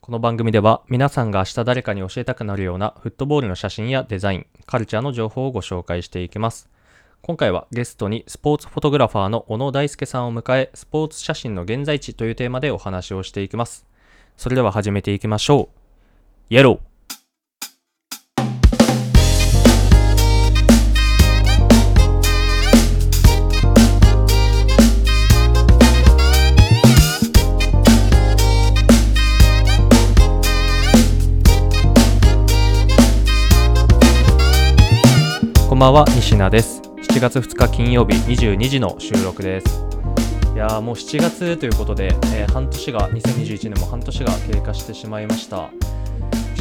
この番組では皆さんが明日誰かに教えたくなるようなフットボールの写真やデザイン、カルチャーの情報をご紹介していきます。今回はゲストにスポーツフォトグラファーの小野大輔さんを迎え、スポーツ写真の現在地というテーマでお話をしていきます。それでは始めていきましょう。イエローこんばんは西名です7月2日金曜日22時の収録ですいやーもう7月ということで、えー半年が2021年も半年が経過してしまいました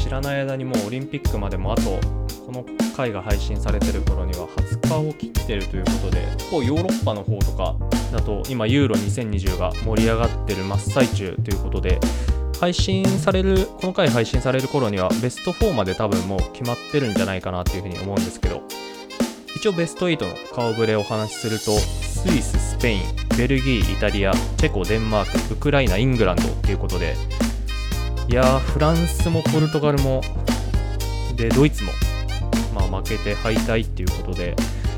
知らない間にもうオリンピックまでもあとこの回が配信されてる頃には20日を切ってるということでこうヨーロッパの方とかだと今ユーロ2020が盛り上がってる真っ最中ということで配信されるこの回配信される頃にはベスト4まで多分もう決まってるんじゃないかなっていうふうに思うんですけど一応ベスト8の顔ぶれをお話しするとスイススペインベルギーイタリアチェコデンマークウクライナイングランドということでいやーフランスもポルトガルもでドイツも、まあ、負けて敗退っていうことで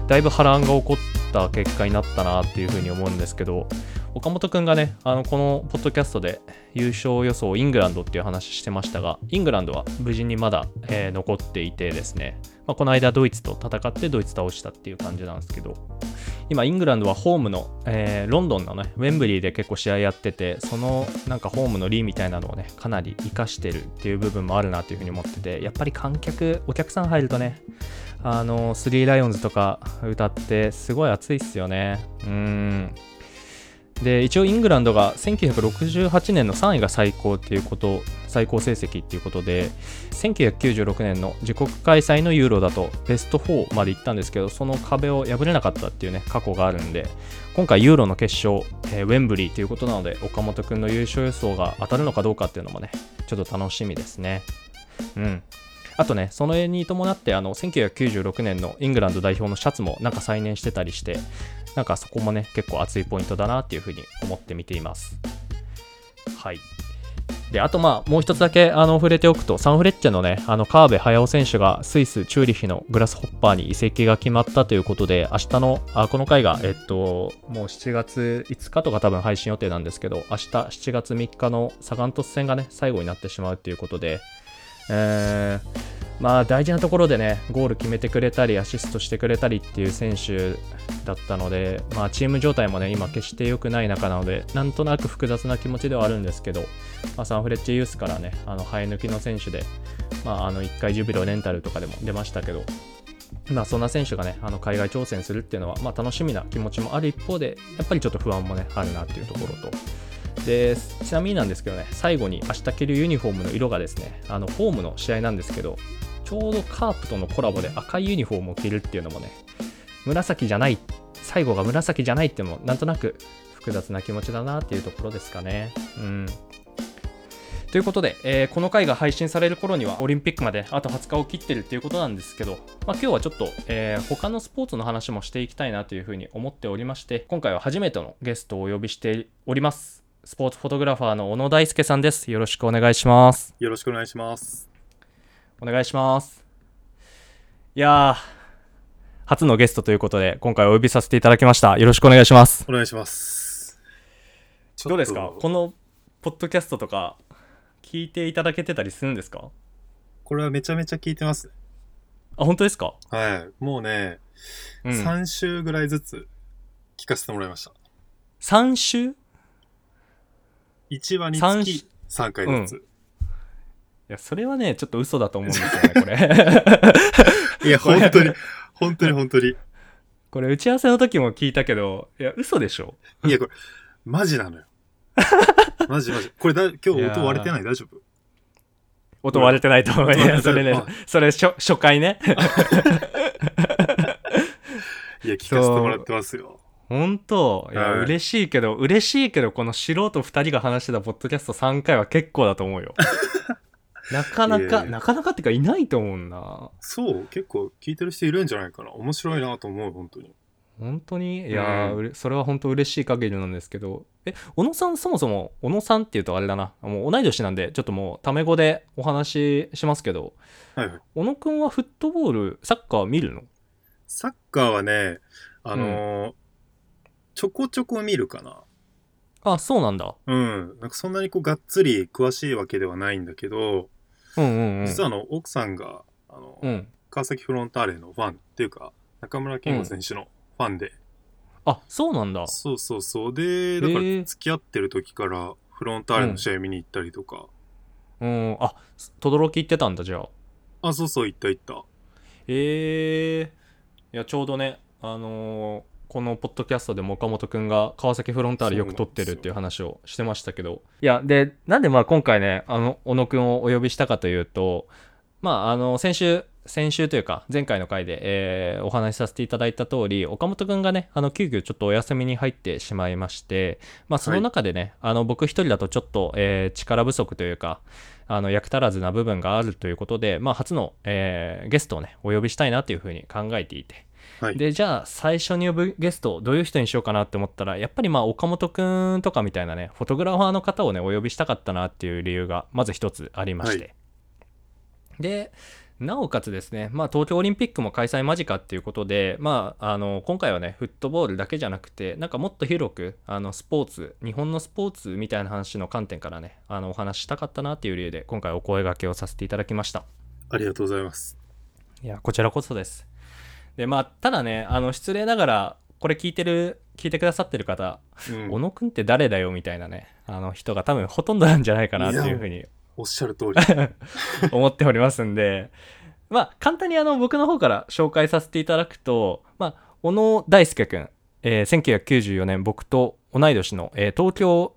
だいぶ波乱が起こった結果になったなっていうふうに思うんですけど岡本くんがねあのこのポッドキャストで優勝予想イングランドっていう話してましたがイングランドは無事にまだ、えー残っていてですね、まあ、この間ドイツと戦ってドイツ倒したっていう感じなんですけど今イングランドはホームの、えーロンドンのねウェンブリーで結構試合やっててそのなんかホームのリーみたいなのをねかなり活かしてるっていう部分もあるなというふうに思っててやっぱり観客お客さん入るとねあのスリーライオンズとか歌ってすごい熱いっすよねうんで一応イングランドが1968年の3位が最高っていうこと最高成績っていうことで1996年の自国開催のユーロだとベスト4まで行ったんですけどその壁を破れなかったっていうね過去があるんで今回ユーロの決勝、えーウェンブリーということなので岡本君の優勝予想が当たるのかどうかっていうのもねちょっと楽しみですねうんあとねその絵に伴ってあの1996年のイングランド代表のシャツもなんか再燃してたりしてなんかそこもね、結構熱いポイントだなっていうふうに思って見ています。はい。で、あとまあ、もう一つだけ、あの、触れておくと、サンフレッチェのね、あの、河辺駿選手がスイス・チューリヒのグラスホッパーに移籍が決まったということで、明日の、あ、この回が、えっと、もう7月5日とか多分配信予定なんですけど、明日7月3日のサガン鳥栖戦がね、最後になってしまうということで、えー、まあ大事なところでね、ゴール決めてくれたり、アシストしてくれたりっていう選手だったので、まあ、チーム状態もね、今、決して良くない中なので、なんとなく複雑な気持ちではあるんですけど、まあ、サンフレッチェユースからね、あの生え抜きの選手で、まあ、あの1回、ジュビロレンタルとかでも出ましたけど、まあ、そんな選手がね、あの海外挑戦するっていうのは、まあ、楽しみな気持ちもある一方で、やっぱりちょっと不安もね、あるなっていうところと。でちなみになんですけどね、最後に明日着るユニフォームの色がですね、あのホームの試合なんですけど、ちょうどカープとのコラボで赤いユニフォームを着るっていうのもね、紫じゃない、最後が紫じゃないっていうのも、なんとなく複雑な気持ちだなっていうところですかね。うん。ということで、えーこの回が配信される頃にはオリンピックまであと20日を切ってるっていうことなんですけど、まあ、今日はちょっと、えー他のスポーツの話もしていきたいなというふうに思っておりまして今回は初めてのゲストをお呼びしておりますスポーツフォトグラファーの小野大輔さんですよろしくお願いしますよろしくお願いします。お願いしますいやー初のゲストということで今回お呼びさせていただきましたよろしくお願いしますお願いします。ちょっとどうですかこのポッドキャストとか聞いていただけてたりするんですかこれはめちゃめちゃ聞いてます。あ本当ですか、はい。もうね、うん3週ぐらいずつ聞かせてもらいました。 3週1話に三つき3回ずつ。いや、それはね、ちょっと嘘だと思うんですよね、これ。 いや、本当に、本当に本当に。これ、打ち合わせの時も聞いたけど、いや、嘘でしょいや、これ、マジな のよ。マジマジ。これだ、今い日やー音割れてない大丈夫音割れてないと思う。い割れてなや、いそれねあ、それ初、初回ね。いや、聞かせてもらってますよ。ほんと、いや、はい嬉しいけど、嬉しいけど、この素人2人が話してたポッドキャスト3回は結構だと思 うよ。なかないやか、いやなかなかってか、いないと思うんだ。そう、結構聞いてる人いるんじゃないかな。面白いなと思う、本当に。本当にいやー、うんうれそれは本当嬉しい限りなんですけどえ小野さんそもそも小野さんっていうとあれだなもう同い年なんでちょっともうタメ語でお話ししますけどはいはい。小野くんはフットボールサッカー見るのサッカーはね、あのーちょこちょこ見るかな。あそうなんだうん。なんかそんなにこう、がっつり詳しいわけではないんだけど、うんうんうん実はあの、奥さんが、あの、うん川崎フロンターレのファンっていうか、中村健吾選手のファンで、あそうなんだそうそうそう。で、だからへえ付き合ってる時から、フロンターレの試合見に行ったりとか、うんあ轟行ってたんだじゃああ、そうそう、行った行った。ええいやちょうどねあのーこのポッドキャストでも岡本くんが川崎フロンターレよく撮ってるっていう話をしてましたけどいやでなんでまあ今回ねあの小野くんをお呼びしたかというとまああの先週先週というか前回の回で、えーお話しさせていただいた通り岡本くんがねあの急遽ちょっとお休みに入ってしまいましてまあその中でね、あの僕一人だとちょっと、えー力不足というかあの役足らずな部分があるということで、まあ、初の、えーゲストをねお呼びしたいなというふうに考えていて、はいでじゃあ最初に呼ぶゲストどういう人にしようかなって思ったらやっぱりまあ岡本くんとかみたいなねフォトグラファーの方をねお呼びしたかったなっていう理由がまず一つありまして、はでなおかつですね、まあ、東京オリンピックも開催間近っていうことで、まあ、あの今回はねフットボールだけじゃなくてなんかもっと広くあのスポーツ日本のスポーツみたいな話の観点からねあのお話ししたかったなっていう理由で今回お声掛けをさせていただきました。ありがとうございます。いや、こちらこそです。で、まあ、ただね、あの、失礼ながら、これ聞いてる、聞いてくださってる方、うん小野くんって誰だよみたいなね、あの人が多分ほとんどなんじゃないかなっていうふうにおっしゃる通 り。思っておりますんで、まあ、簡単にあの、僕の方から紹介させていただくと、まあ、小野大輔くん、えー1994年、僕と同い年の、えー東京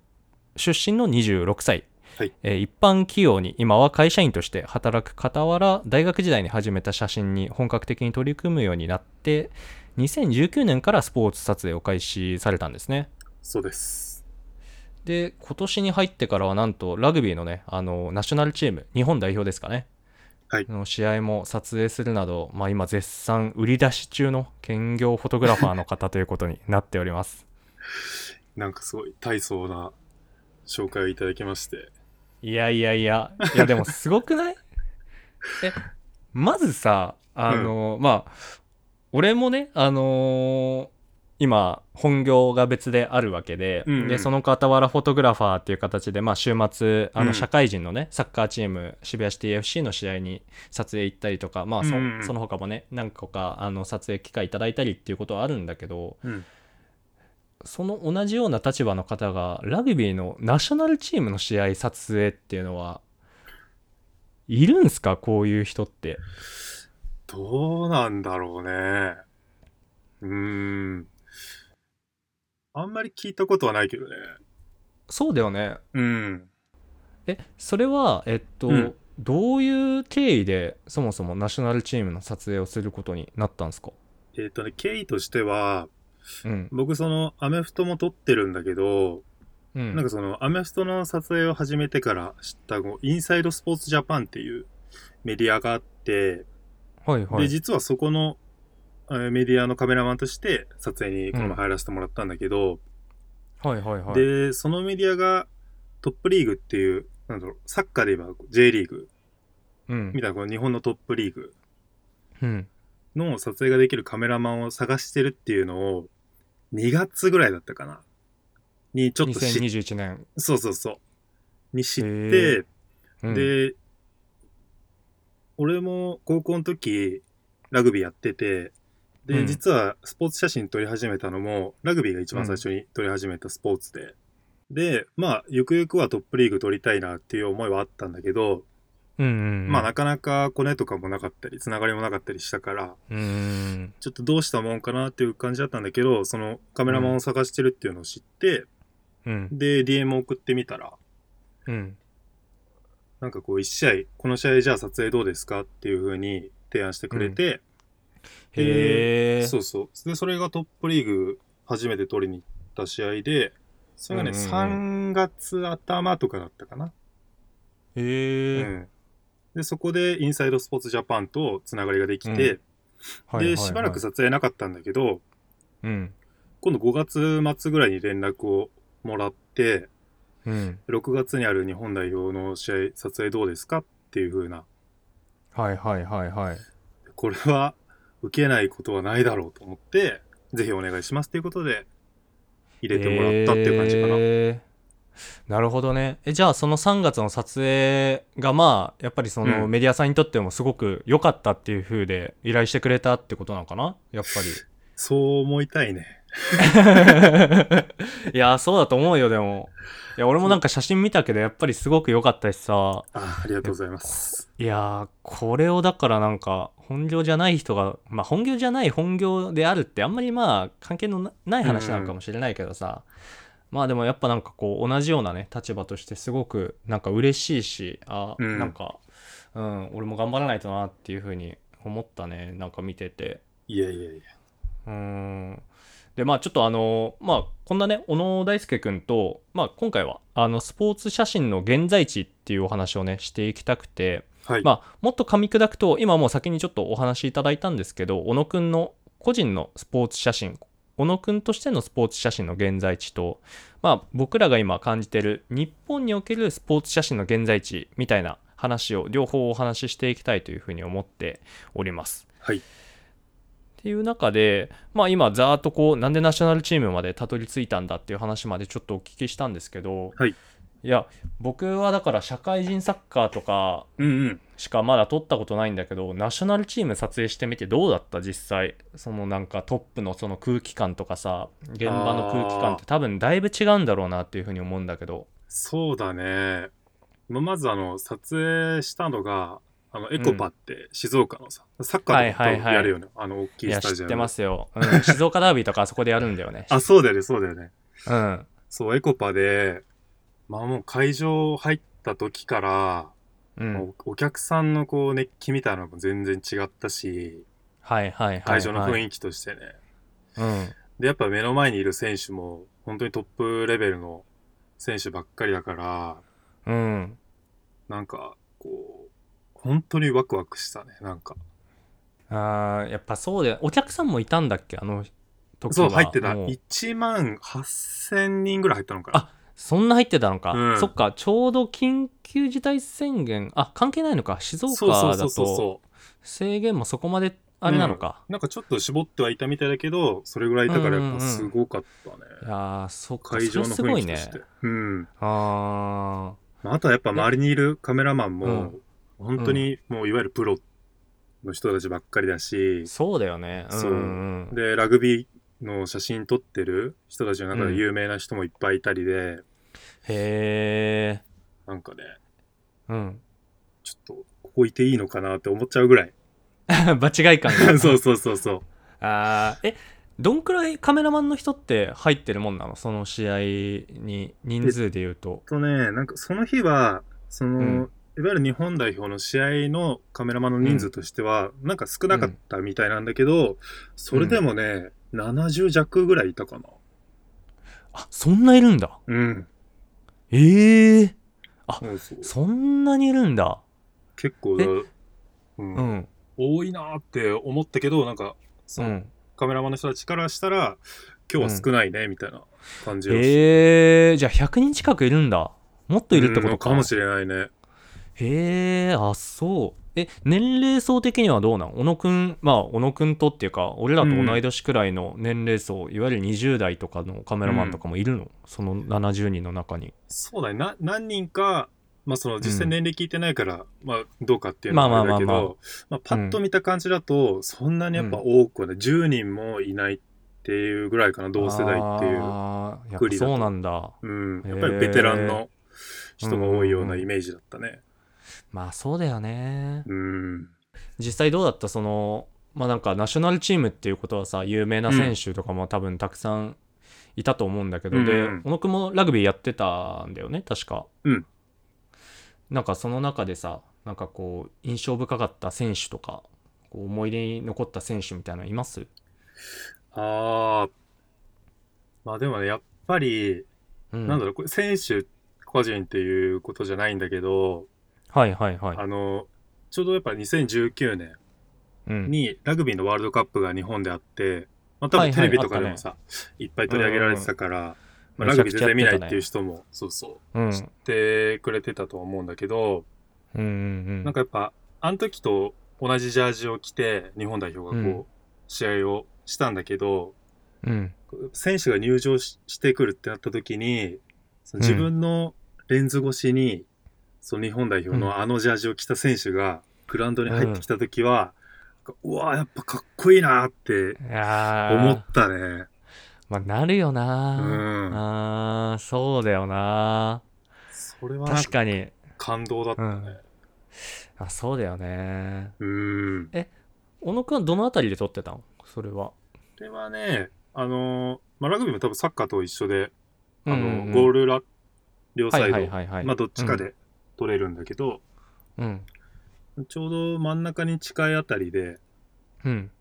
出身の26歳。はいえー一般企業に今は会社員として働く傍ら大学時代に始めた写真に本格的に取り組むようになって2019年からスポーツ撮影を開始されたんですね。そうです。で今年に入ってからはなんとラグビーのねあのナショナルチーム日本代表ですかね、はいの試合も撮影するなど、まあ、今絶賛売り出し中の兼業フォトグラファーの方ということになっております。なんかすごい大層な紹介をいただきまして。いやいやいやいやでもすごく ないえまずさあの、まあ俺もねあのー今本業が別であるわけで,、うんうんでその傍らフォトグラファーっていう形で、まあ、週末あうのん社会人のね、サッカーチーム渋谷シティ FC の試合に撮影行ったりとか、まあそうんうんうんその他もね何個かあの撮影機会いただいたりっていうことはあるんだけどうん。その同じような立場の方がラグビーのナショナルチームの試合撮影っていうのはいるんすかこういう人ってどうなんだろうね。うーん。あんまり聞いたことはないけどね。そうだよねうん。えそれはえっと、うんどういう経緯でそもそもナショナルチームの撮影をすることになったんですかえっ、とね、経緯としては、うん僕そのアメフトも撮ってるんだけど、うんなんかそのアメフトの撮影を始めてから知った後、インサイドスポーツジャパンっていうメディアがあって、はいはで、い実はそこのえーメディアのカメラマンとして撮影にこの前入らせてもらったんだけど、はいはいはいで、そのメディアがトップリーグっていう、なんだろう、サッカーで言えば J リーグうんみたいなこの日本のトップリーグうんの撮影ができるカメラマンを探してるっていうのを2月ぐらいだったかなにちょっと知っ2021年、そうそうそう。に知って、へうん、で、俺も高校の時、ラグビーやってて、で、うん実はスポーツ写真撮り始めたのも、ラグビーが一番最初に撮り始めたスポーツで、で、まあ、ゆくゆくはトップリーグ撮りたいなっていう思いはあったんだけど、うんうんうんまあ、なかなかコネとかもなかったり、つながりもなかったりしたから、うんうんちょっとどうしたもんかなっていう感じだったんだけど、そのカメラマンを探してるっていうのを知って、うんで、DM 送ってみたら、うんなんかこう、1試合、この試合じゃあ撮影どうですかっていう風に提案してくれて、へえそうそう。で、それがトップリーグ初めて取りに行った試合で、それがね、うんうんうん3月頭とかだったかな。へうえ、ん。で、そこでインサイドスポーツジャパンとつながりができて、うんはいはいはいで、しばらく撮影なかったんだけど、うん。今度5月末ぐらいに連絡をもらって、うん。 6月にある日本代表の試合撮影どうですかっていう風な、はいはいはいはい。これは受けないことはないだろうと思って、ぜひお願いしますっていうことで、入れてもらったっていう感じかな。えーなるほどねえじゃあその3月の撮影がまあやっぱりそのうんメディアさんにとってもすごく良かったっていう風で依頼してくれたってことなのかなやっぱりそう思いたいね。 いやーそうだと思うよでもいや俺もなんか写真見たけどやっぱりすごく良かったしさあありがとうございます。いやーこれをだからなんか本業じゃない人がまあ本業じゃない本業であるってあんまりまあ関係のなない話なのかもしれないけどさ、まあでもやっぱなんかこう同じようなね立場としてすごくなんか嬉しいしあ、うんなんか、うん、俺も頑張らないとなっていうふうに思ったねなんか見てていやいやいや。うーんでまあちょっとあのまあこんなね小野大輔君と、まあ、今回はあのスポーツ写真の現在地っていうお話をねしていきたくて。はい。まあ、もっと噛み砕くと今もう先にちょっとお話しいただいたんですけど小野くんの個人のスポーツ写真小野くんとしてのスポーツ写真の現在地と、まあ、僕らが今感じてる日本におけるスポーツ写真の現在地みたいな話を両方お話ししていきたいというふうに思っております。はいっていう中で、まあ、今ざーっとこうなんでナショナルチームまでたどり着いたんだっていう話までちょっとお聞きしたんですけど、はいいや僕はだから社会人サッカーとかうんうん。しかまだ撮ったことないんだけどナショナルチーム撮影してみてどうだった実際そのなんかトップのその空気感とかさ現場の空気感って多分だいぶ違うんだろうなっていうふうに思うんだけどそうだね。まあまずあの、撮影したのが、あの、エコパって静岡のさ、サッカーとはいはいはかいやるよね。あの、大いきいやスタ知ジっアム。てますよ、 うん、静岡ダービーとかあそこでやるんだよねあ、そうだよね、そうだよね。うんそう、エコパで、まあもう会場入った時から、うんもうお客さんのこう熱気みたいなのも全然違ったし、はいはいはい、はい、会場の雰囲囲気としてね。気うんで、やっぱ目の前にいる選手も、本当にトップレベルの選手ばっかりだから、うんなんか、こう、本当にワクワクしたね、なんか。あーやっぱそうでお客さんもいたんだっけあの時はそう、入ってた。もう1万8000人ぐらい入ったのかあそんな入ってたのか、うんそっかちょうど緊急事態宣言あ関係ないのか静な。岡そうだとそうそうそうそう。制限もそこまであれなのか、なんかちょっと絞ってはいたみたいだけど、それぐらいいたからやっぱすごかったね。いやーそっか会場のそれすご雰い囲気とねして。うん。あまああとはやっぱ周りにいるカメラマンうもん、本当にもういわゆるプロの人たちばっかりだしー、そうだよねうんそううんうんで、ラグビーの写真撮ってる人たちの中で有名な人もいっぱいいたりで、へえなんかね、うん、 ちょっと、ここいていいのかなって思っちゃうぐらい。場違い感が そうそうそうそう。あーえどんくらいカメラマンの人って入ってるもんなのその試合に人数で言うととね、なんかその日は、その、うんいわゆる日本代表の試合のカメラマンの人数としては、なんか少なかったみたいなんだけど、それでもね、70弱ぐらいいたかな。あそんないるんだうん。ええー、そうそうそんなにいるんだ結構、えうんうん多いなーって思ったけど、なんか、そうのんカメラマンの人たちからしたら、今日は少ないね、みたいな感じをして。ええー、じゃあ100人近くいるんだもっといるってことか、うんのかもしれないね。へえ、あ、そう。え、年齢層的にはどうなん小野くん、まあ、小野くんとっていうか、俺らと同い年くらいの年齢層、いわゆる20代とかのカメラマンとかもいるの、その70人の中に。そうだね。な何人か、まあその実際年齢聞いてないから、まあどうかっていうまのあはあれまあまだけあまど、まあパッと見た感じだと、そんなにやっぱ多くはね、10人もいないっていうぐらいかな、同世代っていう。あーやっくぱりだとそうなんだ。うん。やっぱりベテランの人が多いようなイメージだったね。まあ、そうだよね。うん。実際どうだったその、まあなんか、ナショナルチームっていうことはさ、有名な選手とかも多分たくさんいたと思うんだけど、うんでうん、小野くんもラグビーやってたんだよね、確か。うんなんかその中でさ、なんかこう、印象深かった選手とか、こう思い出に残った選手みたいなのいますああ。まあでもね、やっぱり、うん。なんだろう、これ選手個人っていうことじゃないんだけど、はいはいはい。あの、ちょうどやっぱ2019年、うん。にラグビーのワールドカップが日本であって、ままあ多はい分はいテレビとかでもさ、いっぱい取り上げられてたから、まあ、ラグビー全然見ないっていう人も、そうそう、うん。知ってくれてたとは思うんだけど、うんうんうなんん。かやっぱ、あの時と同じジャージを着て、日本代表がこう、うん試合をしたんだけど、うん。選手が入場ししてくるってなった時に、その自分のレンズ越しに、その日本代表うんのあのジャージを着た選手が、グラウンドに入ってきた時は、なんかうわーやっぱかっこいいなーっていやー思ったね。まあ、なるよなうんあーそうだよなそれはなん確かかに。感動だったね。あ、そうだよねうーん。小野くんはどのあたりで撮ってたのそれは。これはね、あのーまあ、ラグビーも多分サッカーと一緒で、あのうんうんゴールラ、両はサいイはいド、はいはい。まあ、どっちかで取れるんだけど、うん。ちょうど真ん中に近いあたりで、うん。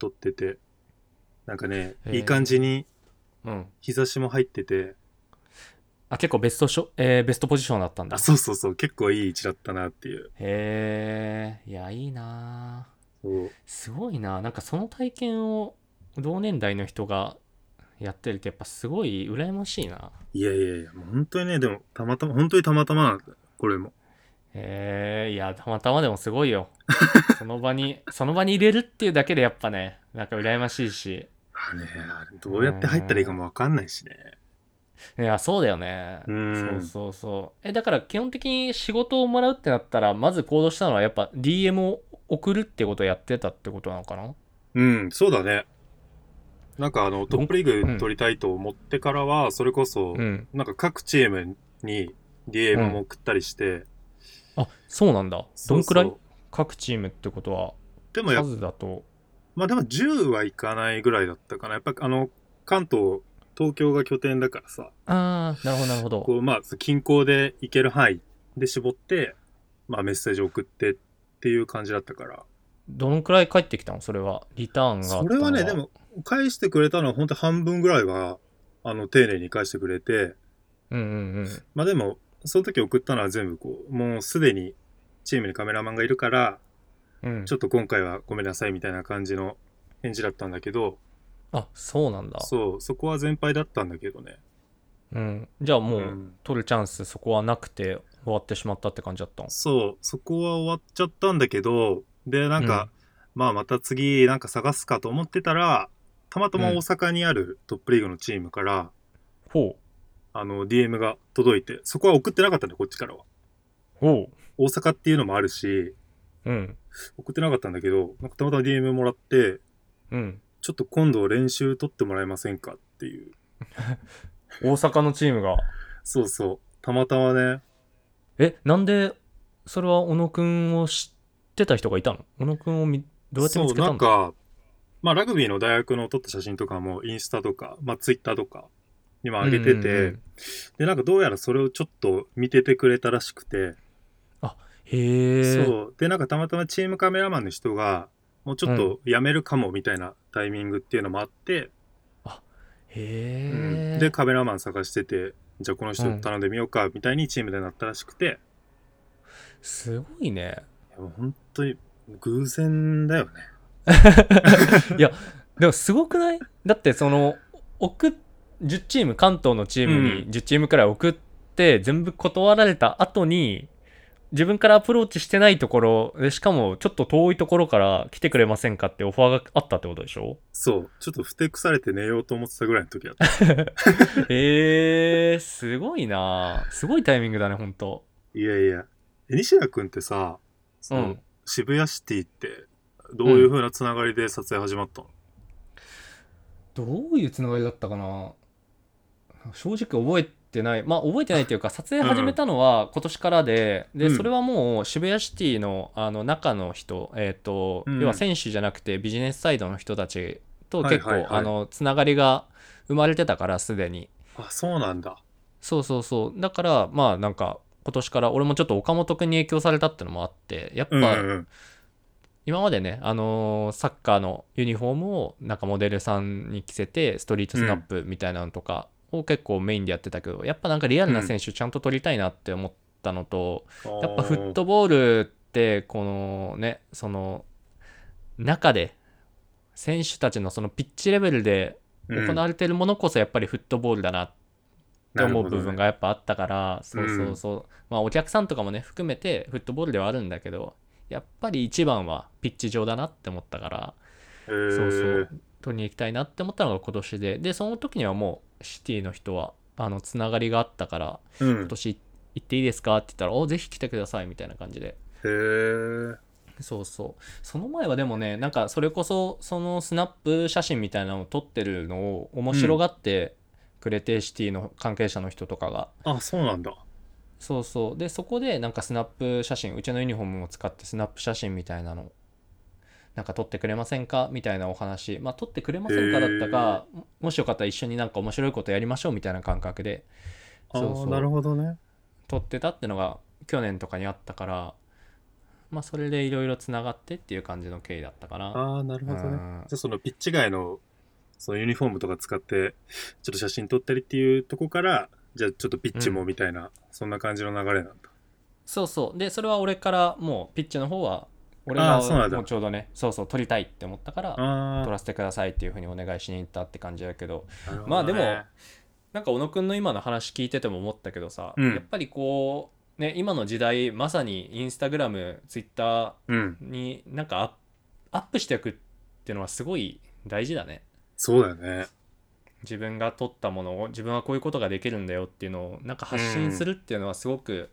撮ってて、なんかね、へーいい感じにうん。日差しも入ってて、あ、結構ベストショ、えーベストポジションだったんだあ、。そうそうそう、結構いい位置だったなっていう。へえ、いや、いいなそうすごいななんかその体験を同年代の人がやってるってやっぱすごい羨ましいないやいやいや、もう本当にね、でも、たまたま、本当にたまたまなんだよこれも。えー、いやたまたまでもすごい よその場にその場に入れるっていうだけでやっぱねなんか羨ましいしあれ、あれ、どうやって入ったらいいかもわかんないしね。いやそうだよねうんそうそうそうえだから基本的に仕事をもらうってなったらまず行動したのはやっぱ DM を送るってことをやってたってことなのかなうん、そうだね。なんかあの、トップリーグ取りたいと思ってからは、それこそ、うんなんか各チームに DM も送ったりして、あそうなんだどんくらいそうそう各チームってことはでもやっ数だとまあでも10はいかないぐらいだったかな。やっぱあの、関東、東京が拠点だからさ、ああなるほどなるほどこうまあ近郊で行ける範囲で絞って、まあメッセージ送ってっていう感じだったから。どのくらい返ってきたのそれは。リターンがあったのそれはね、で。も返してくれたのは本当半分ぐらいは、あの、丁寧に返してくれて、うんうんまあでも、その時送ったのは全部こう、もうすでにチームにカメラマンがいるから、うん。うん、ちょっと今回はごめんなさいみたいな感じの返事だったんだけど、あ、そうなんだ。そう、そこは全敗だったんだけどね。うん。じゃあもう、うん取るチャンス、そこはなくて、終わってしまったって感じだったのそう、そこは終わっちゃったんだけど、で、なんか、まあまた次なんか探すかと思ってたら、たまたま大阪にあるトップリーグのチームから、ほあの、DM が届いて、そこは送ってなかったんだよ、こっちからは。う。ほ大阪っていうのもあるし、う。うん。送ってなかったんだけど、なんかたまたま DM もらって、うん。ちょっと今度練習取ってもらえませんかっていう。大阪のチームが。そうそう。たまたまね、え、なんで、それは小野くんを知ってた人がいたの小野くんをみどうやって見つけたそう、なんんだか、まあラグビーの大学の撮った写真とかも、インスタとか、まあツイッターとかにも上げてて、うんうんうんで、なんかどうやらそれをちょっと見ててくれたらしくて、へえ。う。そう。で、なんかたまたまチームカメラマンの人が、もうちょっと辞めるかもみたいなタイミングっていうのもあって、へうえ。んで、カメラマン探してて、じゃあこの人頼んでみようかみたいにチームでなったらしくて、すごいね。いやもう本当に偶然だよね。でもすごくないだってその送っ10チーム関東のチームにう10チームくらい送って全部断られた後に自分からアプローチしてないところでしかもちょっと遠いところから来てくれませんかってオファーがあったってことでしょそう。ちょっとふてくされて寝ようと思ってたぐらいの時 だった。えー、すごいなすごいタイミングだねほんといやいや。え西田君ってさ、そのうん渋谷シティって、どういう風なつながりで撮影始まったの、どういうつながりだったかな正直覚えてないまあ覚えてないっていう か撮影始めたのは今年からで,、うでんそれはもう渋谷シティのあの中の人、えーとうん要は選手じゃなくてビジネスサイドの人たちと結構、はいはいはいあのつながりが生まれてたからすでにあ、そうなんだ。そうそうそうだからまあなんか今年から俺もちょっと岡本君に影響されたってのもあってやっぱ、うんうんうん。今までね、あのーサッカーのユニフォームをなんかモデルさんに着せてストリートスナップみたいなのとかを結構メインでやってたけど、やっぱなんかリアルな選手ちゃんと取りたいなって思ったのと、やっぱフットボールってこのねその中で選手たちのそのピッチレベルでうん行われてるものこそやっぱりフットボールだなって思う部分なるがやっぱあったから、ほそうどねそうそう、まあお客さんとかもね含めてフットボールではあるんだけどやっぱり一番はピッチ上だなって思ったからほどね、そうそへーう取りに行きたいなって思ったのが今年ででその時にはもうシティの人はあのつながりがあったからうん今年行っていいですかって言ったら「おぜひ来てください」みたいな感じでへーそうそうその前はでもねなんかそれこそそのスナップ写真みたいなのを撮ってるのを面白がってくれて、シティの関係者の人とかがあそうなんだそうそうでそこでなんかスナップ写真うちのユニフォームを使ってスナップ写真みたいなのなんか撮ってくれませんかみたいなお話まあ撮ってくれませんかだったか、もしよかったら一緒になんか面白いことやりましょうみたいな感覚であそうそうなるほどね撮ってたってのが去年とかにあったからまあそれでいろいろつながってっていう感じの経緯だったかなああなるほどね、うんじゃあそのピッチ外のそのユニフォームとか使ってちょっと写真撮ったりっていうとこからじゃあちょっとピッチもみたいな、そんな感じの流れなんだそうそうでそれは俺からもうピッチの方は俺あーそうながんだもうちょうどねそうそう撮りたいって思ったから撮あらせてくださいっていうふうにお願いしに行ったって感じだけどあ、なるほどねまあでもなんか小野くんの今の話聞いてても思ったけどさ、うんやっぱりこうね今の時代まさにインスタグラムツイッターうんになんかアップアップしていくっていうのはすごい大事だねそうだよね自分が撮ったものを自分はこういうことができるんだよっていうのをなんか発信するっていうのはすごく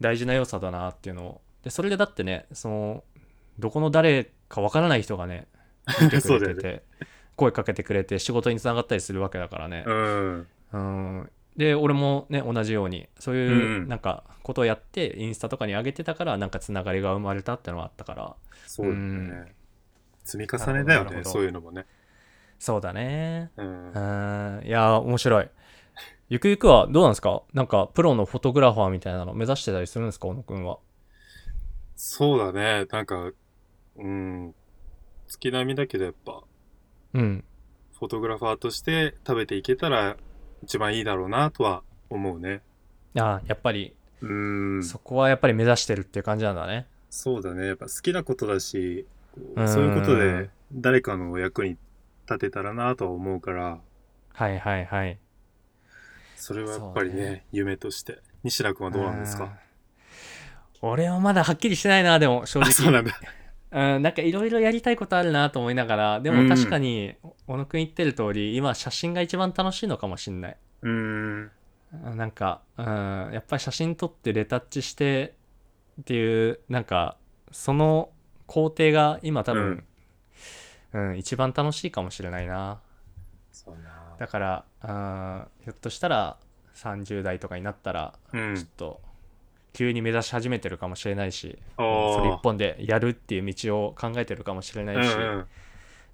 大事な要素だなっていうのをでそれでだってねそのどこの誰かわからない人がね見てく そうれだよてて、声かけてくれて仕事につながったりするわけだからね、うんうん、で俺もね同じようにそういんううんなんかことをやってインスタとかに上げてたからなんかつながりが生まれたってのはあったからそうだよね、うん積み重ねだなるよほねどそういうのもねそうだねうんうんいやー面白いゆくゆくはどうなんですかなんかプロのフォトグラファーみたいなの目指してたりするんですか小野くんはそうだねなんかうん月並みだけどやっぱうんフォトグラファーとして食べていけたら一番いいだろうなとは思うねあーやっぱりうんそこはやっぱり目指してるっていう感じなんだねそうだねやっぱ好きなことだしこううんそういうことで誰かの役に立てたらなとは思うからはいはいはいそれはやっぱりねそう夢として西田君はどうなんですうんか俺はまだはっきりしてないなでも正あそう直なんだうん、なんかいろいろやりたいことあるなと思いながらでうんも確かに小野くん言ってる通り今写真が一番楽しいのかもしんないうんうんなんか、うん、やっぱり写真撮ってレタッチしてっていうなんかその工程が今多分、うん一番楽しいかもしれないなそうなだから、うん、ひょっとしたら30代とかになったらうんちょっと急に目指し始めてるかもしれないし、あそれー一本でやるっていう道を考えてるかもしれないうし、んうん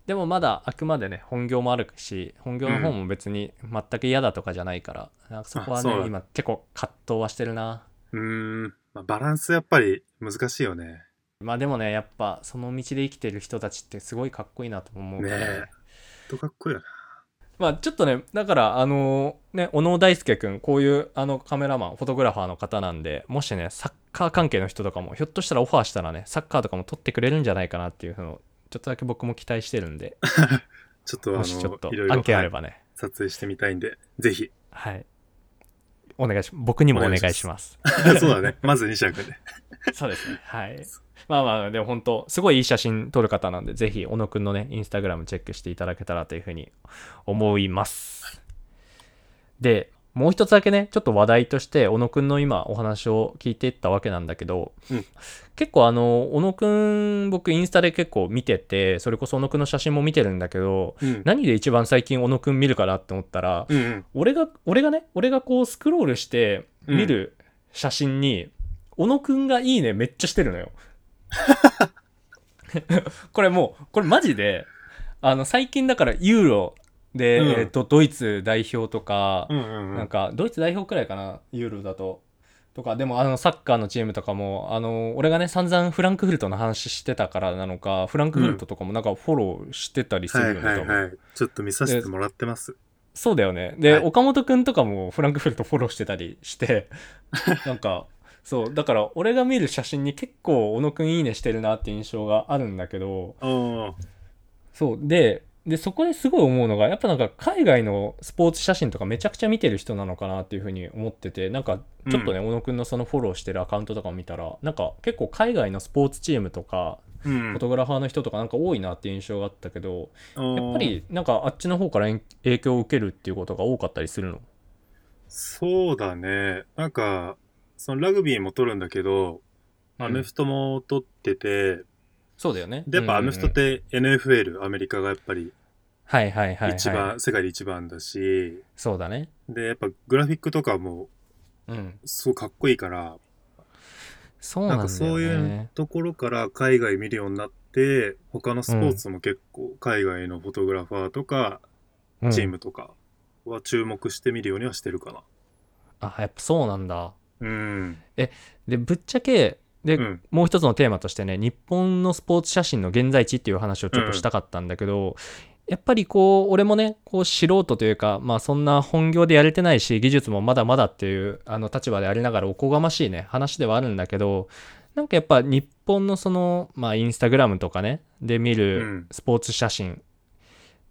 でもまだあくまでね本業もあるし本業の方も別に全く嫌だとかじゃないから、なんかそこはあそうねだ今結構葛藤はしてるなうん、まあ、バランスやっぱり難しいよねまあでもねやっぱその道で生きてる人たちってすごいかっこいいなと思うかねらねえとかっこいいよなまあちょっとねだからあのね小野大輔君こういうあのカメラマンフォトグラファーの方なんでもしねサッカー関係の人とかもひょっとしたらオファーしたらねサッカーとかも撮ってくれるんじゃないかなっていうのをちょっとだけ僕も期待してるんでちょっとあものしちょっといろいろ案件あれはいばね撮影してみたいんでぜひ はいお願いし僕にもお願いしますそうだねまず西田君で そうですね。はい。まあまあ、でも本当、すごいいい写真撮る方なんで、ぜひ、小野くんのね、インスタグラムチェックしていただけたらというふうに思います。で、もう一つだけね、ちょっと話題として、小野くんの今お話を聞いていったわけなんだけど、うん結構あの、小野くん、僕インスタで結構見てて、それこそ小野くんの写真も見てるんだけど、うん何で一番最近小野くん見るかなって思ったら、うんうん俺が俺がね俺がこうスクロールして見る写真に、小野くんが「いいね」めっちゃしてるのよ これもうこれマジであの最近だからユーロで、うんえっとドイツ代表とか、うんうんうなんんかドイツ代表くらいかなユーロだと。とかでもあのサッカーのチームとかもあの俺がね散々フランクフルトの話してたからなのかフランクフルトとかもなんかフォローしてたりすはるいよね、は多い分はいちょっと見させてもらってますそうだよね。で、はい岡本くんとかもフランクフルトフォローしてたり して、なんか、そう、だから俺が見る写真に結構小野くんいいねしてるなって印象があるんだけど、ああそうででそこですごい思うのがやっぱなんか海外のスポーツ写真とかめちゃくちゃ見てる人なのかなっていうふうに思っててなんかちょっとね、小野くんのそのフォローしてるアカウントとかを見たらなんか結構海外のスポーツチームとかうんフォトグラファーの人とかなんか多いなっていう印象があったけど、やっぱあーりなんかあっちの方から影影響を受けるっていうことが多かったりするのそうだねなんかそのラグビーも撮るんだけどアメフトも撮ってて、そうだよねでやっぱアメフトっうんうんうんて NFL アメリカがやっぱりはいはいはい、はい、一番、世界で一番だしそうだねでやっぱグラフィックとかもうんすごいかっこいいからそうななんんだよかねそういうところから海外見るようになって他のスポーツも結構海外のフォトグラファーとかチーうんムとかは注目してみるようにはしてるかあやっぱそうなんだな。うん。でぶっちゃけで、うん。もう一つのテーマとしてね日本のスポーツ写真の現在地っていう話をちょっとしたかったんだけど、やっぱりこう俺もねこう素人というか、まあ、そんな本業でやれてないし技術もまだまだっていうあの立場でありながらおこがましいね話ではあるんだけどなんかやっぱ日本のその、まあ、インスタグラムとかねで見うるんスポーツ写真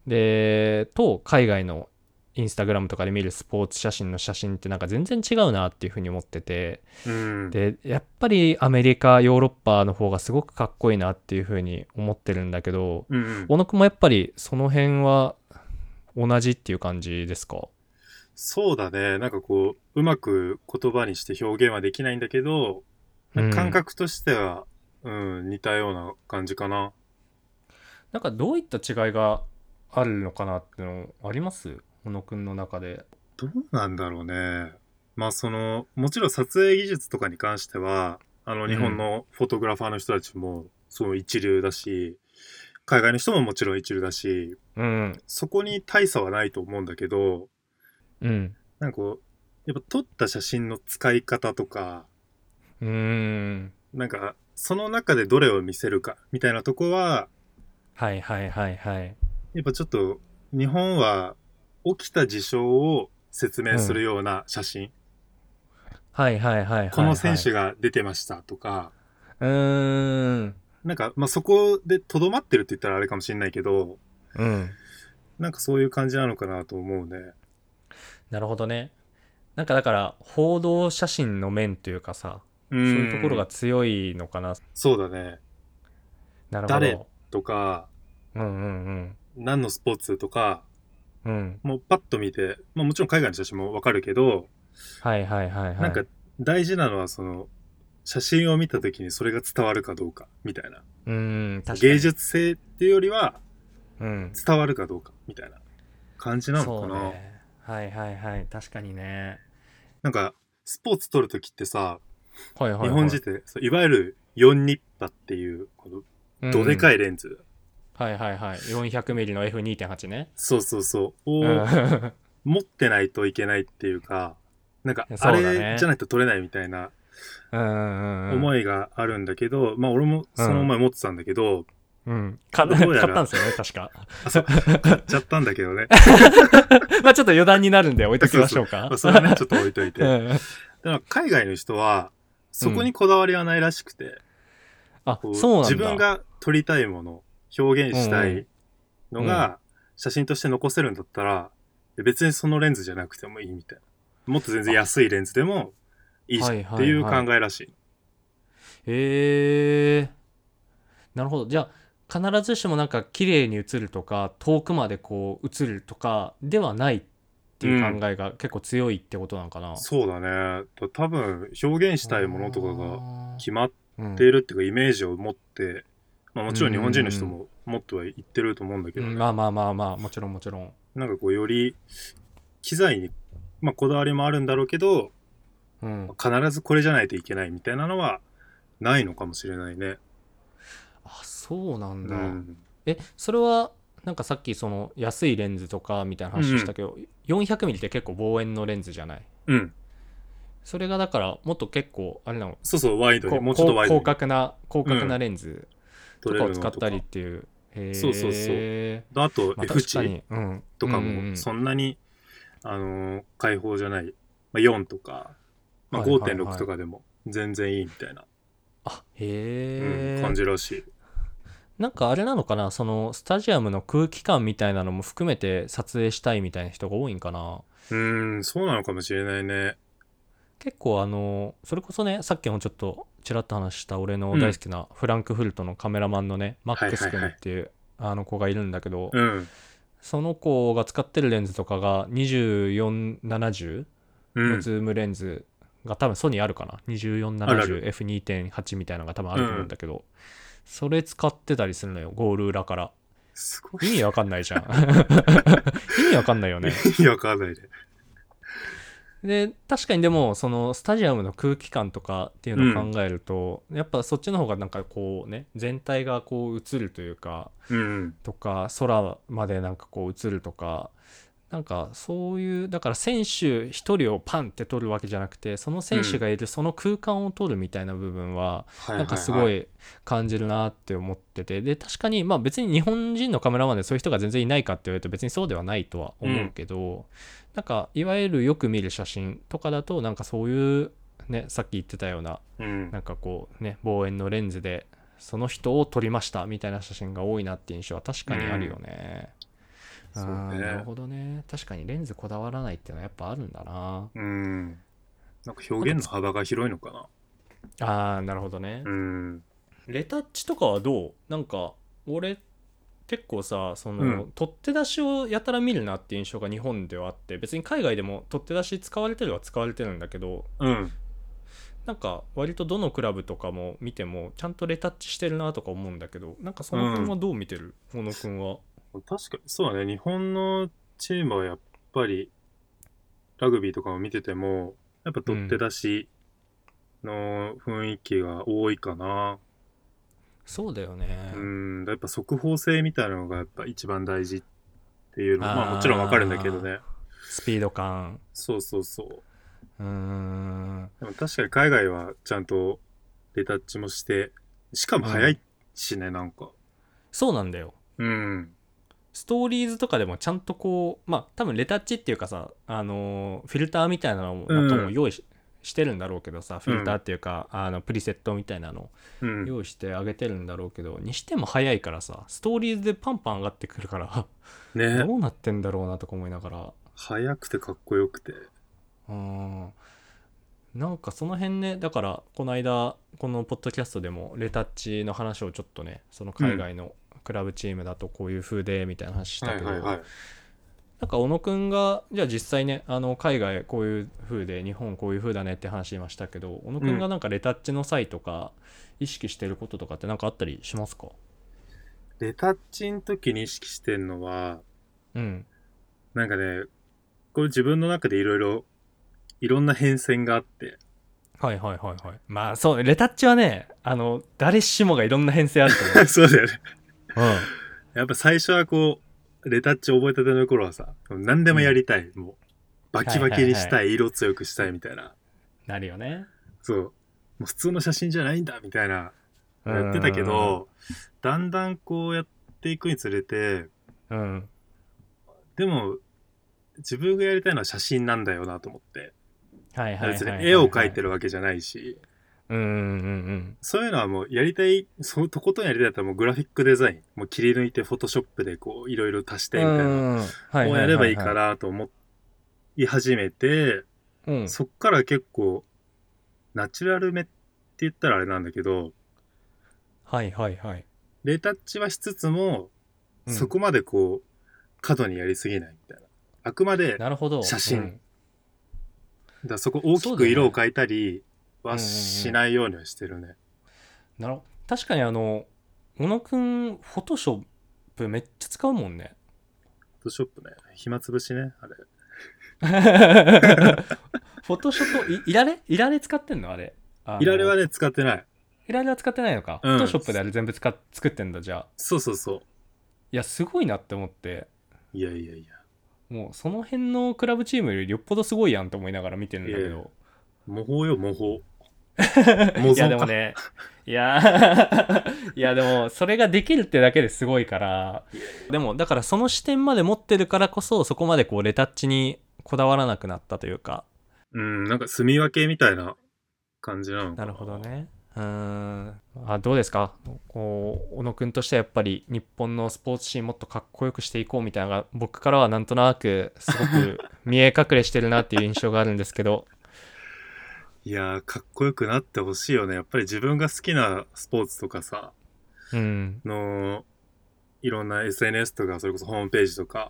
でと海外のインスタグラムとかで見るスポーツ写真の写真ってなんか全然違うなっていうふうに思ってて。うん、でやっぱりアメリカヨーロッパの方がすごくかっこいいなっていうふうに思ってるんだけどうんうん小野くんもやっぱりその辺は同じっていう感じですかそうだね。なんかこう、うまく言葉にして表現はできないんだけど、うん感覚としては、うん、似たような感じかな。なんかどういった違いがあるのかなっていうのあります小野くんの中でどうなんだろうね。まあその、もちろん撮影技術とかに関しては、あの、ん日本のフォトグラファーの人たちも、その一流だし、海外の人ももちろん一流だし、うんそこに大差はないと思うんだけど、うんなんかこう、やっぱ撮った写真の使い方とか、うーんなんか、その中でどれを見せるか、みたいなとこは、はいはいはいはいやっぱちょっと、日本は起きた事象を説明するような写真。はいはいはいはいはいこの選手が出てましたとか、うーんなんか、まあ、そこでとどまってるって言ったらあれかもしれないけど、うんなんかそういう感じなのかなと思うね。なるほどねなんかだから報道写真の面というかさそうそういうところが。強いのかな。そうだね。なるほど。誰とか、うんうん何のスポーツとか、うん。うん。もうパッと見て、まあもちろん海外の写真もわかるけど、はいはいはいはい。なんか大事なのはその、写真を見た時にそれが伝わるかどうか、みたいな。うん、確かに。芸術性っていうよりはうん。伝わるかどうかみたいな感じなのそかうな、ね。はいはいはい。確かにね。なんかスポーツ撮るときってさ、はいはい、はい。日本人ってそういわゆる4ニッパっていうこのどでかい、いレンズ、はいはいはい。400ミリの F2.8 ね。そうそうそううを、ん持ってないといけないっていうかなんかそあうだねれじゃないと撮れないみたいなうんうん。い。思いがあるんだけど、まあ俺もその思い持ってたんだけど、 うん。買っどうやら買ったんですよね、確か。 あそう買っちゃったんだけどねまあちょっと余談になるんで置いときましょうかまあ。それはねちょっと置いといて、うんだから海外の人はそこにこだわりはないらしくて、あこ、うそうなんだ。自分が撮りたいもの表現したいうんうのんうが写真として残せるんだったら、別にそのレンズじゃなくてもいいみたいなもっと全然安いレンズでもいいしはいはいはいっていう考えらしい,、へえなるほどじゃあ必ずしもなんか綺麗に映るとか遠くまでこう映るとかではないっていう考えが結構強いってことなのかな、そうだねだ多分表現したいものとかが決まっがているっていうかイメージを持って、まあ、もちろん日本人の人ももっとは言ってると思うんだけど、ねまあまあまあまあもちろんもちろん、なんかこうより機材に、まあ、こだわりもあるんだろうけどうん、必ずこれじゃないといけないみたいなのはないのかもしれないね。あそうなんうだ、ん、えそれはなんかさっきその安いレンズとかみたいな話したけど、400mm って結構望遠のレンズじゃないうん、それがだからもっと結構あれなのそうそう、ワイドに、こもうちょっとワイド広に角な広角なレンズと撮れかをるの使とったかりっ。ていうへーそうそうそうあとまあ、 F 確か値に、うん、とかうんうんうも、んそんなに、あのー開放じゃない、まあ、4とか、まあ、はいはいはい5.6とかでも全然いいみたいな、あうんへえ、感じらしい。なんかあれなのかなそのスタジアムの空気感みたいなのも含めて撮影したいみたいな人が多いんかなうーん、そうなのかもしれないね。結構あのそれこそねさっきもちょっとちらっと話した俺の大好きなフランクフルトのカメラマンのね、マックス君っていうあの子がいるんだけど、うん。その子が使ってるレンズとかが2470うのん。ズームレンズが多分ソニーあるかなあるある 2470F2.8 みたいなのが多分あると思うんだけど、それ使ってたりするのよゴール裏 からすごい。意味わかんない じゃん意味わかんないよね意味わかんないね。で確かにでもそのスタジアムの空気感とかっていうのを考えると、やっぱそっちの方がなんかこうね全体がこう映るというかうん。とか空までなんかこう映るとかなんかそういうだから選手一人をパンって撮るわけじゃなくてその選手がいるその空間を撮るみたいな部分ははいはいはい。なんかすご。い感じるなって思っててで確かにまあ別に日本人のカメラマンでそういう人が全然いないかって言われると別にそうではないとは思うけど、なんかいわゆるよく見る写真とかだとなんかそういうねさっき言ってたようなうんな。んかこうね望遠のレンズでその人を撮りましたみたいな写真が多いなって印象は確かにあるよね。うあんーそうねなるほどね確かにレンズこだわらないっていうのはやっぱあるんだなうん。なんか表現の幅が広いのかな。あーなるほどね、うん。レタッチとかはどうなんか俺結構さその、うん取って出しをやたら見るなっていう印象が日本ではあって別に海外でも取って出し使われてるは使われてるんだけどうん。なんか割とどのクラブとかも見てもちゃんとレタッチしてるなとか思うんだけどなんかその君はどう見てる、小野君は。確かに、そうだね。日本のチームはやっぱり、ラグビーとかを見てても、やっぱ取って出しの雰囲気が多いかな。そうだよね、うん。やっぱ速報性みたいなのがやっぱ一番大事っていうのは、まあーあもちろんわかるんだけどね。スピード感そうそうそう。うーんでも確かに海外はちゃんとレタッチもして、しかも早いしね、なんか。そうなんだようん。ストーリーズとかでもちゃんとこうまあ多分レタッチっていうかさあのーフィルターみたいなのもうんなんかもう用意し,、てるんだろうけどさフィルターっていうか、あのプリセットみたいなのうん。用意してあげてるんだろうけど、にしても早いからさストーリーズでパンパン上がってくるからねどうなってんだろうなとか思いながら早くてかっこよくて。うんなんかその辺ねだからこの間このポッドキャストでもレタッチの話をちょっとねその海外のクラブチームだとこういう風でみたいな話したけど、い。なんか小野くんがじゃあ実際ねあの海外こういう風で日本こういう風だねって話しましたけど小野くんがなんかレタッチの際とか意識してることとかってなんかあったりしますかレタッチの時に意識してんのは、うんなんかね、これ自分の中でいろいろ、いろんな変遷が あって。はいはいはいはいまあそうねレタッチはねあの誰しもがいろんな編成あると思そうだよね。う、 うん、やっぱ最初はこう、レタッチ覚えたての頃はさ、何でもやりたい。もう、バキバキにしたい,、はい色強くしたいみたいな。なるよねそう。もう普通の写真じゃないんだみたいな、やってたけど、だんだんこうやっていくにつれて、うんでも、自分がやりたいのは写真なんだよなと思って。はいはいはい別はいはいに絵を描いてるわけじゃないし、うんうんうんそういうのはもうやりたい、そうとことんやりたいだったらもうグラフィックデザイン、もう切り抜いてフォトショップでこういろいろ足してうみたいな、んはいこうはやいればいいかなと思い始めて、うんそっから結構、ナチュラルめって言ったらあれなんだけど、はいはいはいレタッチはしつつも、うんそこまでこう、過度にやりすぎないみたいな。あくまで、だかなるほど写真うんらそこ大きく色を変えたりはしないようにはしてるね。なるほど確かにあの小野くんフォトショップめっちゃ使うもんね フォトショップね。暇つぶしね、あれ。フォトショップいいられいられ使ってんのあれあのいられはね、使ってない。いられは使ってないのか、うんフォトショップであれ全部使っ作ってんだじゃあそうそうそう。いやすごいなって思っていやいやいや。もうその辺のクラブチームよりよっぽどすごいやんと思いながら見てるんだけいやいど模倣よ、模倣。 いやでもね、いや、 いやでも、それができるってだけですごいから、でも、だからその視点まで持ってるからこそ、そこまでこう、レタッチにこだわらなくなったというか、うん、なんか、住み分けみたいな感じなのかなるほど。ね。うーんあどうですかこう小野君としてはやっぱり日本のスポーツシーンもっとかっこよくしていこうみたいなのが僕からはなんとなくすごく見え隠れしてるなっていう印象があるんですけどいやー、かっこよくなってほしいよね。やっぱり自分が好きなスポーツとかさ、うんの、いろんな SNS とか、それこそホームページとか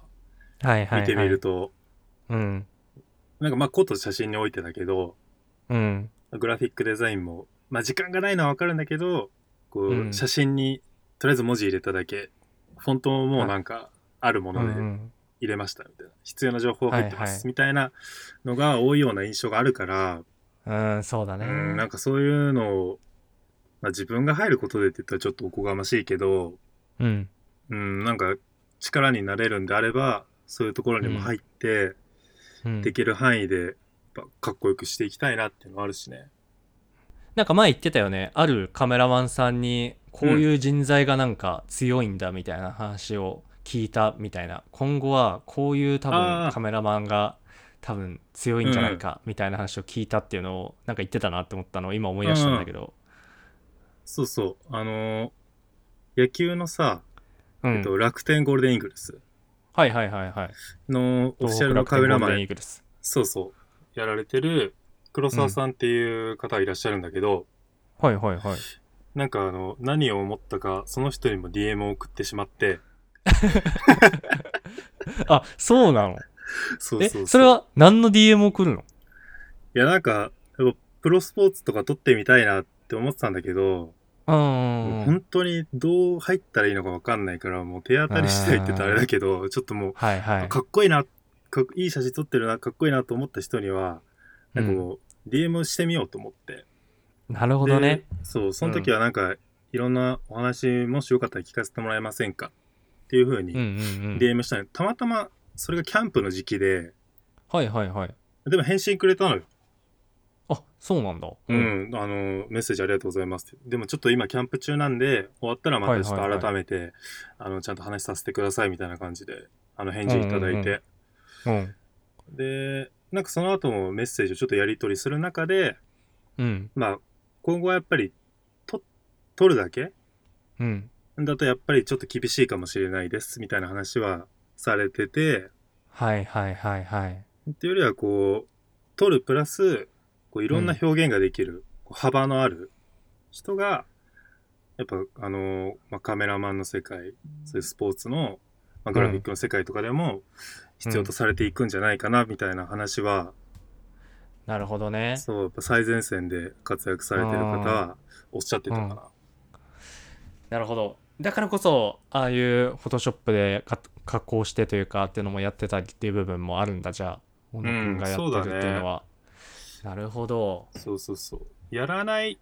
はいはい、はい、見てみると、うんなんかまあ、こと写真においてだけど、うんグラフィックデザインも、まあ、時間がないのはわかるんだけど、こう、うん写真に、とりあえず文字入れただけ、フォントももうなんか、あるもうのでん入れましたみたいな、必要な情報が入ってまはいはいす、みたいなのが多いような印象があるから、うん、うん、そうだねうん、なんかそういうのを、まあ、自分が入ることでって言ったらちょっとおこがましいけど、うんうん、なんか力になれるんであれば、そういうところにも入って、うんできる範囲で、やっぱかっこよくしていきたいなっていうのはあるしね。なんか前言ってたよねあるカメラマンさんにこういう人材がなんか強いんだみたいな話を聞いたみたいな、今後はこういう多あ分ーカメラマンが多分強いんじゃないかみたいな話を聞いたっていうのをなんか言ってたなって思ったのを今思い出したんだけど、そうそう、あのー野球のさ、うんえっと、楽天ゴールデンイーグルスはいはいはいはいのオフィシャルの東北カメラ楽天ゴーマルデンイン、ーグルスそうそう、やられてる黒沢さんっていう方がいらっしゃるんだけど、はいはい はいなんかあの、何を思ったか、その人にも DM を送ってしまって、あそうなのそうえそううそれは何の DM 送るのいや、なんか、やっぱプロスポーツとか撮ってみたいなって思ってたんだけど、うんもううん本当にどう入ったらいいのかわかんないから、もう手当たり次第って言ったらあれだけど、ちょっともう、はいはいかっこいいな、かっいい写真撮ってるな、かっこいいなと思った人には、なんかもう、DM してみようと思って。なるほどねでそう、その時はなんか、いろんなお話、もしよかったら聞かせてもらえませんかっていうふううんうにんうん DM したの、たまたま、それがキャンプの時期で、はいはいはいでも返信くれたのよ。あそうなんだう、ん、あの、メッセージありがとうございますって。でもちょっと今キャンプ中なんで、終わったらまたちょっはいはいはとい改めて、あの、ちゃんと話させてくださいみたいな感じで、あの、返事いただいて。うんで、なんかその後もメッセージをちょっとやり取りする中で、うんまあ、今後はやっぱり、と、取るだけうんだとやっぱりちょっと厳しいかもしれないです、みたいな話はされてて、はいはいはいはい。っていうよりはこう、取るプラス、こういろんな表現ができる、こう幅のある人が、やっぱあのーまあ、カメラマンの世界、そういうスポーツの、まあ、グラフィックの世界とかでも必要とされていくんじゃないかな、みたいな話は、なるほどね。そう、やっぱ最前線で活躍されてる方はおっしゃってたかな。なるほど。だからこそ、ああいうフォトショップでか加工してというかっていうのもやってたりっていう部分もあるんだ、じゃあ。小野君がやってるっていうのは。なるほど。そうそうそう。やらない、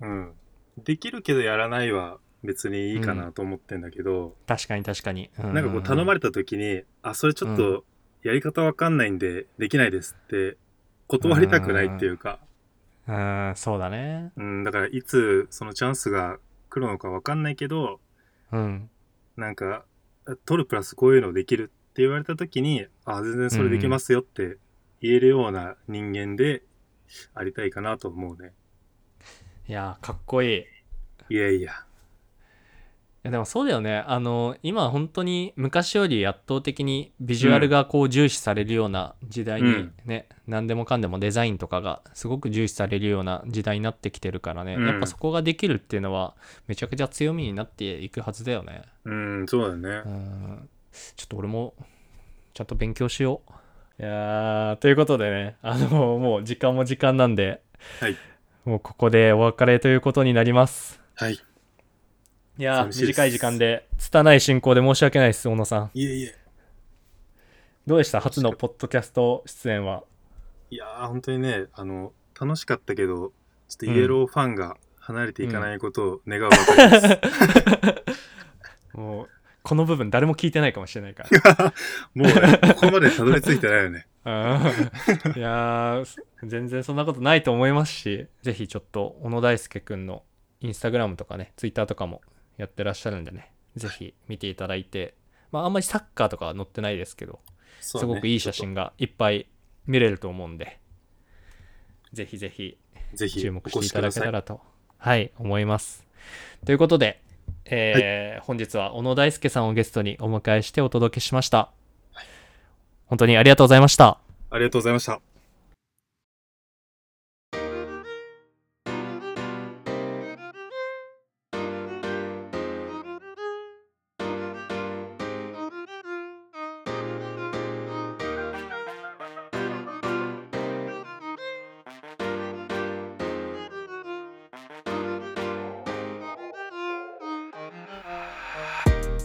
うん。できるけどやらないは別にいいかなと思ってんだけど、確かに確かに。なんかこう頼まれれた時に、あ、それちょっとやり方わかんないんでできないですって断りたくないっていうか、うん、そうだね。うん、だからいつそのチャンスが来るのかわかんないけど、うん。なんか、取るプラスこういうのできるって言われた時に、あ、全然それできますよって言えるような人間でありたいかなと思うね。いやー、かっこいい。いいやいや。やでもそうだよね。あの、今本当に昔より圧倒的にビジュアルがこう重視されるような時代にね、何でもかんでもデザインとかがすごく重視されるような時代になってきてるからね、うんやっぱそこができるっていうのはめちゃくちゃ強みになっていくはずだよねうん、そうだうね。んちょっと俺もちゃんと勉強しよういやーということでねあのもう時間も時間なんで、はいもうここでお別れということになりますはい。いやー寂しいです短い時間で拙い進行で申し訳ないです小野さんいえいえ。どうでした初のポッドキャスト出演はいやー、本当にね、あの、楽しかったけど、ちょっとイエローファンが離れていかないことを願うばかりです。もうこの部分誰も聞いてないかもしれないからもうね、ここまでたどり着いてない よね。うん いやー全然そんなことないと思いますしぜひちょっと小野大輔くんのインスタグラムとかねツイッターとかもやってらっしゃるんでねぜひ見ていただいて、まあ、あんまりサッカーとかは載ってないですけど、すすごくいい写。真がいっぱい見れると思うんでぜひぜひぜひ、注目していただけたらとはい、思います。ということで、えー本日は小野大輔さんをゲストにお迎えしてお届けしました。本当にありがとうございました。ありがとうございました。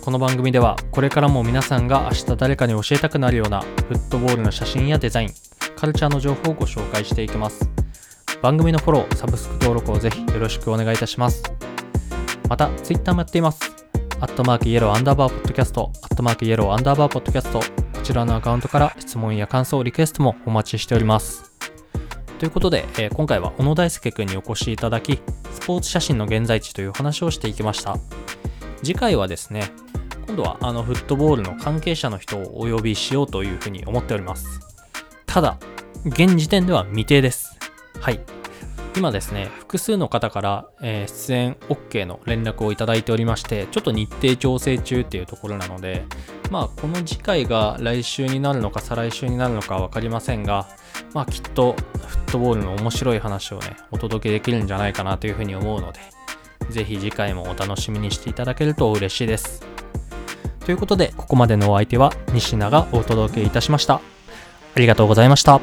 この番組ではこれからも皆さんが明日誰かに教えたくなるようなフットボールの写真やデザインカルチャーの情報をご紹介していきます番組のフォローサブスク登録をぜひよろしくお願いいたしますまた Twitter もやっていますアットマークイエローアンダーバーポッドキャストアットマークイエローアンダーバーポッドキャストこちらのアカウントから質問や感想リクエストもお待ちしておりますということで、えー今回は小野大輔くんにお越しいただきスポーツ写真の現在地というお話をしていきました次回はですね今度はあのフットボールの関係者の人をお呼びしようというふうに思っておりますただ現時点では未定ですはい今ですね複数の方から、えー出演 OK の連絡をいただいておりましてちょっと日程調整中っていうところなのでまあこの次回が来週になるのか再来週になるのか分かりませんがまあきっとフットボールの面白い話をねお届けできるんじゃないかなというふうに思うのでぜひ次回もお楽しみにしていただけると嬉しいですということでここまでのお相手は西永がお届けいたしましたありがとうございました